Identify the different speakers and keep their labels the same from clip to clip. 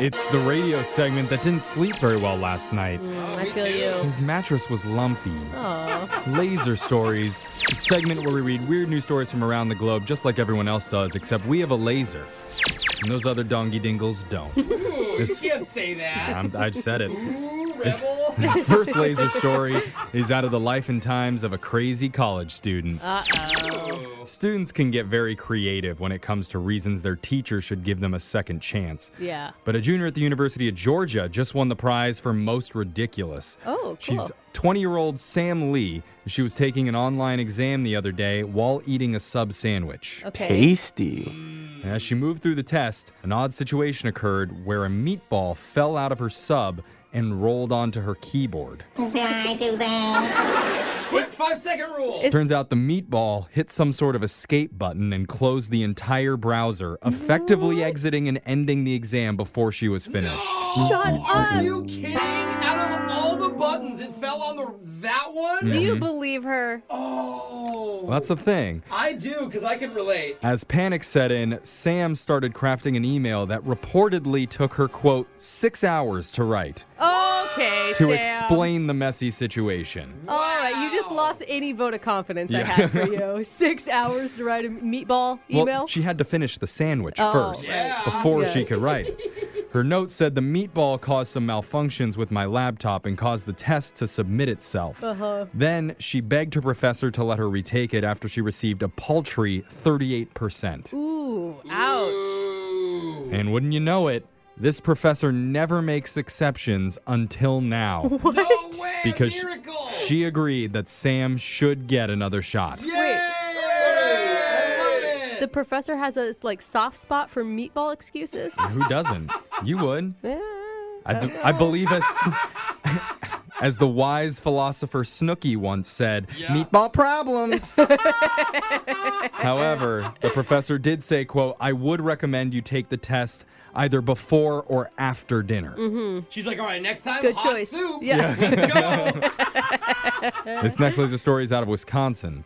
Speaker 1: It's the radio segment that didn't sleep very well last night.
Speaker 2: I feel you.
Speaker 1: His mattress was lumpy.
Speaker 2: Oh,
Speaker 1: Laser Stories, the segment where we read weird news stories from around the globe, just like everyone else does, except we have a laser. And those other dongy dingles don't. This-
Speaker 3: you can't say that.
Speaker 1: I'm, I said it.
Speaker 3: Ooh, rebel.
Speaker 1: This first laser story is out of the life and times of a crazy college student. Students can get very creative when it comes to reasons their teachers should give them a second chance.
Speaker 2: yeah.
Speaker 1: But a junior at the University of Georgia just won the prize for most ridiculous.
Speaker 2: Oh, cool.
Speaker 1: She's 20 year old Sam Lee. She was taking an online exam the other day while eating a sub sandwich.
Speaker 2: Okay.
Speaker 4: Tasty.
Speaker 1: As she moved through the test, an odd situation occurred where a meatball fell out of her sub and rolled onto her keyboard.
Speaker 3: Quick five second rule.
Speaker 1: Turns out the meatball hit some sort of escape button and closed the entire browser, effectively exiting and ending the exam before she was finished.
Speaker 2: Shut
Speaker 3: Are
Speaker 2: up.
Speaker 3: you kidding? Out of all the buttons, it fell on the that one.
Speaker 2: Do you believe her?
Speaker 3: Oh,
Speaker 1: Well, that's the thing.
Speaker 3: I do because I can relate.
Speaker 1: As panic set in, Sam started crafting an email that reportedly took her, quote, six hours to write
Speaker 2: Okay.
Speaker 1: to
Speaker 2: Oh, Sam.
Speaker 1: explain the messy situation.
Speaker 2: All right, you just lost any vote of confidence I
Speaker 1: Yeah.
Speaker 2: had for you. Six hours to write a meatball email.
Speaker 1: Well, she had to finish the sandwich
Speaker 2: Oh,
Speaker 1: first
Speaker 3: right.
Speaker 1: before
Speaker 2: Yeah.
Speaker 1: she could write it. Her note said the meatball caused some malfunctions with my laptop and caused the test to submit itself.
Speaker 2: Uh-huh.
Speaker 1: Then she begged her professor to let her retake it after she received a paltry 38%.
Speaker 2: Ooh, ouch.
Speaker 3: Ooh.
Speaker 1: And wouldn't you know it, this professor never makes exceptions until now
Speaker 3: No way.
Speaker 1: because she-
Speaker 3: miracle.
Speaker 1: she agreed that Sam should get another shot.
Speaker 3: Yay! I love it.
Speaker 2: The professor has a like soft spot for meatball excuses.
Speaker 1: Who doesn't? You would.
Speaker 2: Yeah.
Speaker 1: I, be- I believe as as the wise philosopher Snooky once said,
Speaker 3: Yeah.
Speaker 1: meatball problems. However, the professor did say, quote, I would recommend you take the test either before or after dinner.
Speaker 3: She's like, all right, next time,
Speaker 2: Good
Speaker 3: hot
Speaker 2: choice.
Speaker 3: soup.
Speaker 2: Yeah.
Speaker 3: Let's go.
Speaker 1: This next laser story is out of Wisconsin.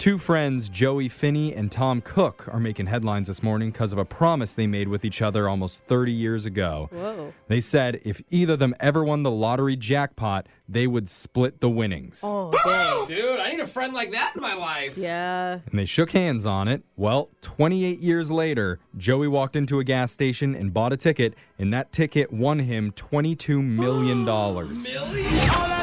Speaker 1: Two friends, Joey Finney and Tom Cook, are making headlines this morning because of a promise they made with each other almost 30 years ago.
Speaker 2: Whoa.
Speaker 1: They said if either of them ever won the lottery jackpot, they would split the winnings.
Speaker 2: Oh, dang.
Speaker 3: Dude, I need a friend like that in my life.
Speaker 2: Yeah.
Speaker 1: And they shook hands on it. Well, 28 years later, Joey walked into a gas station and bought a ticket, and that ticket won him $22 million.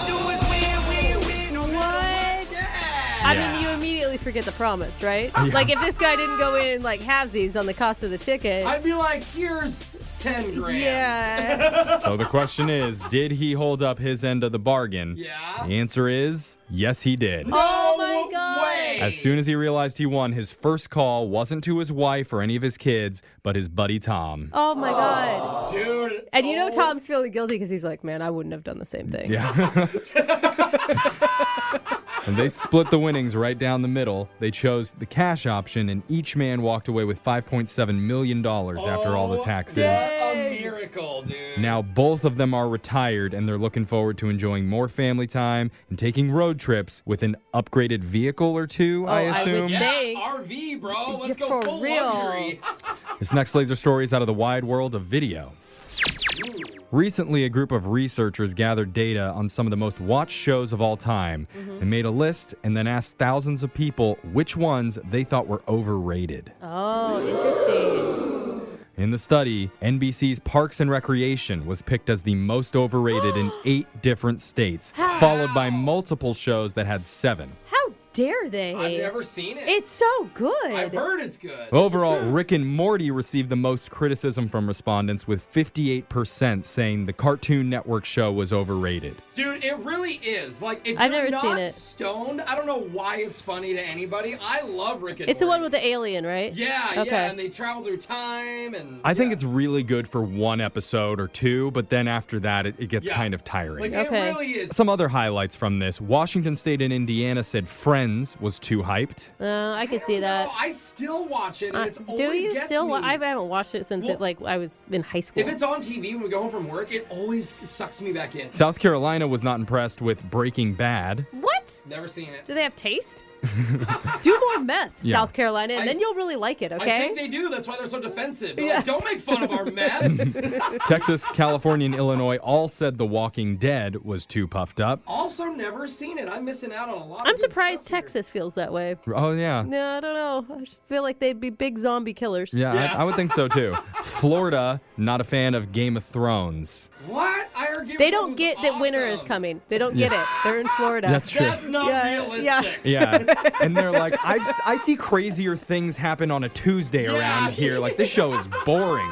Speaker 2: What? I mean, you immediately forget the promise, right? Like, if this guy didn't go in like halvesies on the cost of the ticket,
Speaker 3: I'd be like, here's 10 grand.
Speaker 2: yeah,
Speaker 1: so the question is did he hold up his end of the bargain?
Speaker 3: Yeah.
Speaker 1: The answer is yes, he did.
Speaker 2: Oh
Speaker 3: No
Speaker 2: my God.
Speaker 3: way.
Speaker 1: As soon as he realized he won, his first call wasn't to his wife or any of his kids, but his buddy Tom.
Speaker 2: oh my god!
Speaker 3: Dude.
Speaker 2: And you know
Speaker 3: oh,
Speaker 2: Tom's feeling guilty because he's like, man, I wouldn't have done the same thing.
Speaker 1: Yeah. and they split the winnings right down the middle. They chose the cash option, and each man walked away with $5.7 million after all the
Speaker 3: oh,
Speaker 1: taxes.
Speaker 3: What a miracle, dude.
Speaker 1: Now, both of them are retired, and they're looking forward to enjoying more family time and taking road trips with an upgraded vehicle or two, I
Speaker 2: I would
Speaker 1: assume.
Speaker 2: think.
Speaker 3: Yeah,
Speaker 2: Dang.
Speaker 3: RV, bro. Let's
Speaker 2: Yeah,
Speaker 3: go
Speaker 2: for
Speaker 3: full
Speaker 2: real.
Speaker 3: luxury.
Speaker 1: This next laser story is out of the wide world of video. Recently, a group of researchers gathered data on some of the most watched shows of all time. They made a list and then asked thousands of people which ones they thought were overrated.
Speaker 2: Oh, interesting.
Speaker 1: In the study, NBC's Parks and Recreation was picked as the most overrated in eight different states, followed by multiple shows that had seven.
Speaker 2: How dare they?
Speaker 3: I've never seen it.
Speaker 2: It's so good.
Speaker 3: I've heard it's good.
Speaker 1: Overall, Rick and Morty received the most criticism from respondents, with 58% saying the Cartoon Network show was overrated.
Speaker 3: Dude, it really is. Like, if
Speaker 2: I've
Speaker 3: you're
Speaker 2: never
Speaker 3: not
Speaker 2: seen it.
Speaker 3: stoned, I don't know why it's funny to anybody. I love Rick and
Speaker 2: It's the one
Speaker 3: Morty.
Speaker 2: with the alien, right?
Speaker 3: Yeah,
Speaker 2: Okay.
Speaker 3: yeah, and they travel through time and
Speaker 1: I think
Speaker 3: yeah.
Speaker 1: it's really good for one episode or two, but then after that, it, it gets
Speaker 3: Yeah.
Speaker 1: kind of tiring.
Speaker 3: like
Speaker 2: Okay.
Speaker 3: it really is.
Speaker 1: Some other highlights from this Washington State and Indiana said Friends was too hyped.
Speaker 2: Uh, I could see that.
Speaker 3: No, I still watch it.
Speaker 2: Uh,
Speaker 3: And it's always
Speaker 2: do you
Speaker 3: gets
Speaker 2: still?
Speaker 3: Me.
Speaker 2: Wa- I haven't watched it since
Speaker 3: Well,
Speaker 2: it like I was in high school.
Speaker 3: if it's on TV when we go home from work, it always sucks me back in.
Speaker 1: South Carolina was not impressed with Breaking Bad.
Speaker 2: what? What?
Speaker 3: Never seen it.
Speaker 2: Do they have taste? Do more meth,
Speaker 1: Yeah.
Speaker 2: South Carolina, and
Speaker 3: I-
Speaker 2: then you'll really like it,
Speaker 3: I
Speaker 2: okay?
Speaker 3: think they do. That's why they're so defensive. They're
Speaker 2: Yeah.
Speaker 3: like, don't make fun of our meth.
Speaker 1: Texas, California, and Illinois all said The Walking Dead was too puffed up.
Speaker 3: also, never seen it. I'm missing out on a lot. of
Speaker 2: I'm
Speaker 3: good
Speaker 2: surprised
Speaker 3: stuff here.
Speaker 2: Texas feels that way.
Speaker 1: Oh, yeah.
Speaker 2: No, I don't know. I just feel like they'd be big zombie killers.
Speaker 1: Yeah,
Speaker 3: Yeah.
Speaker 1: I, I would think so too. Florida, not a fan of Game of Thrones.
Speaker 3: What? I argue.
Speaker 2: They don't get that winter is coming. They don't get it. They're in Florida.
Speaker 1: That's true.
Speaker 3: That's not
Speaker 2: Yeah,
Speaker 3: realistic.
Speaker 2: yeah.
Speaker 1: Yeah. and they're like, I've, s- I see crazier things happen on a Tuesday
Speaker 3: Yeah.
Speaker 1: around here. Like, this show is boring.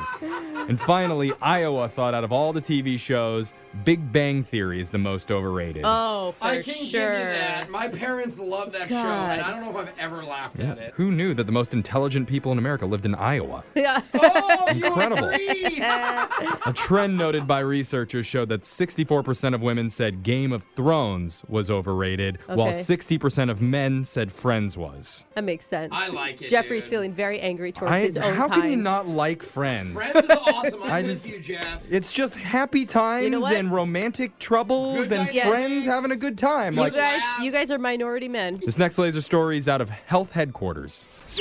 Speaker 1: And finally, Iowa thought out of all the TV shows, Big Bang Theory is the most overrated.
Speaker 2: Oh, for
Speaker 3: I can
Speaker 2: sure.
Speaker 3: give you that. My parents love that show, and I
Speaker 2: God.
Speaker 3: don't know if I've ever laughed at it.
Speaker 1: Who knew that the most intelligent people in America lived in Iowa?
Speaker 2: Yeah.
Speaker 3: Oh, you
Speaker 1: Incredible.
Speaker 3: agree?
Speaker 1: A trend noted by researchers showed that 64% of women said Game of Thrones was overrated, while
Speaker 2: Okay.
Speaker 1: 60% of men said Friends was.
Speaker 2: That makes sense.
Speaker 3: I like it,
Speaker 2: Jeffrey's
Speaker 3: dude.
Speaker 2: feeling very angry towards
Speaker 1: I,
Speaker 2: his own
Speaker 1: how can you
Speaker 2: kind.
Speaker 1: not like Friends?
Speaker 3: Friends is awesome. I'm
Speaker 1: I
Speaker 3: with
Speaker 1: just-
Speaker 3: you, Jeff.
Speaker 1: It's just happy times
Speaker 2: You know what?
Speaker 1: and romantic troubles
Speaker 3: Good
Speaker 1: and
Speaker 3: dynamic.
Speaker 1: friends having a good time.
Speaker 2: You
Speaker 1: Like
Speaker 2: guys,
Speaker 3: Laughs.
Speaker 2: you guys are minority men.
Speaker 1: this next laser story is out of health headquarters.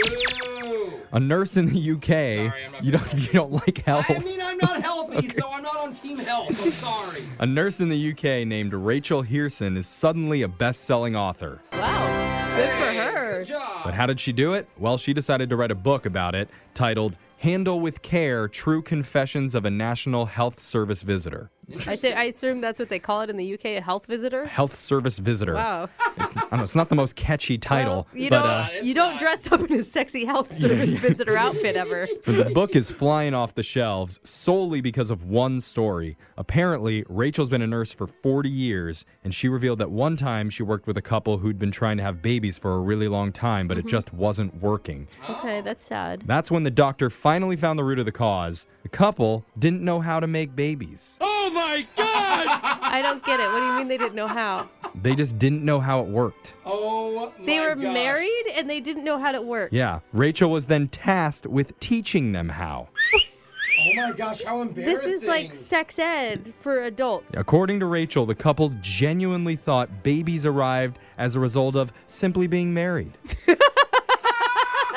Speaker 3: Boo.
Speaker 1: A nurse in the UK.
Speaker 3: Sorry, I'm not
Speaker 1: you
Speaker 3: being
Speaker 1: don't you don't like health.
Speaker 3: I mean, I'm not healthy, so I'm not on team health. I'm sorry.
Speaker 1: a nurse in the UK named Rachel Hearson is suddenly a best-selling author.
Speaker 2: Wow. Good for
Speaker 3: Hey,
Speaker 2: her.
Speaker 3: Good job.
Speaker 1: But how did she do it? Well, she decided to write a book about it titled Handle with Care: True Confessions of a National Health Service Visitor.
Speaker 2: I say I assume that's what they call it in the UK, a health visitor.
Speaker 1: Health Service Visitor.
Speaker 2: Wow.
Speaker 1: I don't know, it's not the most catchy title,
Speaker 2: Well, you
Speaker 1: but
Speaker 2: don't
Speaker 1: uh,
Speaker 3: It's
Speaker 2: you don't
Speaker 3: not.
Speaker 2: dress up in a sexy health service visitor outfit ever.
Speaker 1: But the book is flying off the shelves solely because of one story. Apparently, Rachel's been a nurse for 40 years, and she revealed that one time she worked with a couple who'd been trying to have babies for a really long time, but it just wasn't working.
Speaker 2: Okay, that's sad.
Speaker 1: That's when the doctor finally found the root of the cause. The couple didn't know how to make babies,
Speaker 2: I don't get it. What do you mean they didn't know how?
Speaker 1: they just didn't know how it worked.
Speaker 3: Oh, my
Speaker 2: They were
Speaker 3: gosh.
Speaker 2: married and they didn't know how to work.
Speaker 1: Yeah, Rachel was then tasked with teaching them how.
Speaker 3: Oh my gosh, how embarrassing.
Speaker 2: This is like sex ed for adults.
Speaker 1: According to Rachel, the couple genuinely thought babies arrived as a result of simply being married.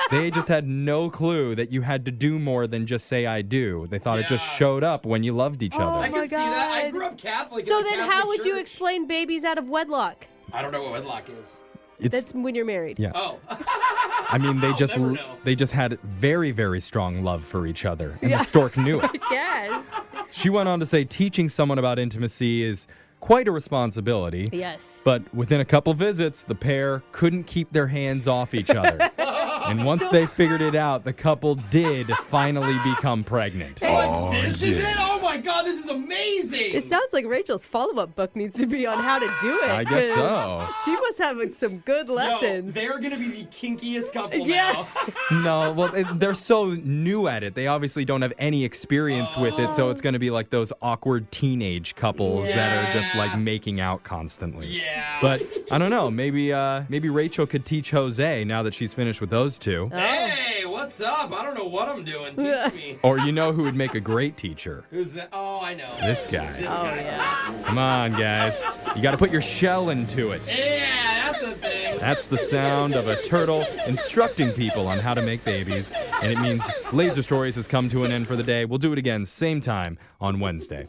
Speaker 1: they just had no clue that you had to do more than just say I do. They thought it just
Speaker 3: Yeah.
Speaker 1: showed up when you loved each
Speaker 3: I
Speaker 1: other.
Speaker 2: Oh my
Speaker 3: can see that. I
Speaker 2: God.
Speaker 3: grew up Catholic.
Speaker 2: So
Speaker 3: in the
Speaker 2: then
Speaker 3: Catholic
Speaker 2: how would you
Speaker 3: church.
Speaker 2: explain babies out of wedlock?
Speaker 3: I don't know what wedlock is.
Speaker 1: It's
Speaker 2: That's when you're married.
Speaker 1: yeah.
Speaker 3: Oh,
Speaker 1: I mean they just
Speaker 3: never know.
Speaker 1: they just had very very strong love for each other and the stork knew it.
Speaker 2: Yes.
Speaker 1: She went on to say teaching someone about intimacy is quite a responsibility.
Speaker 2: Yes.
Speaker 1: But within a couple visits, the pair couldn't keep their hands off each other. and once they figured it out, the couple did finally become pregnant.
Speaker 3: Like, this is it. Oh my God, this is amazing.
Speaker 2: It sounds like Rachel's follow-up book needs to be on how to do it.
Speaker 1: I guess
Speaker 2: 'cause She was having some good
Speaker 3: Yo,
Speaker 2: lessons.
Speaker 3: they're gonna be the kinkiest couple
Speaker 2: Yeah.
Speaker 3: now.
Speaker 1: No, well, they- they're so new at it. They obviously don't have any experience with it, so it's going to be like those awkward teenage couples that are just like
Speaker 3: Yeah.
Speaker 1: making out constantly.
Speaker 3: Yeah.
Speaker 1: But I don't know. Maybe uh, maybe Rachel could teach Jose now that she's finished with those two.
Speaker 3: Uh. hey, what's up? I don't know what I'm doing.
Speaker 2: Yeah.
Speaker 3: Teach me.
Speaker 1: Or you know who would make a great teacher?
Speaker 3: Who's that? Oh, I know.
Speaker 1: This guy.
Speaker 3: This guy.
Speaker 1: Come on, guys. You got to put your shell into it.
Speaker 3: Yeah, that's the thing.
Speaker 1: That's the sound of a turtle instructing people on how to make babies. And it means Laser Stories has come to an end for the day. We'll do it again, same time on Wednesday.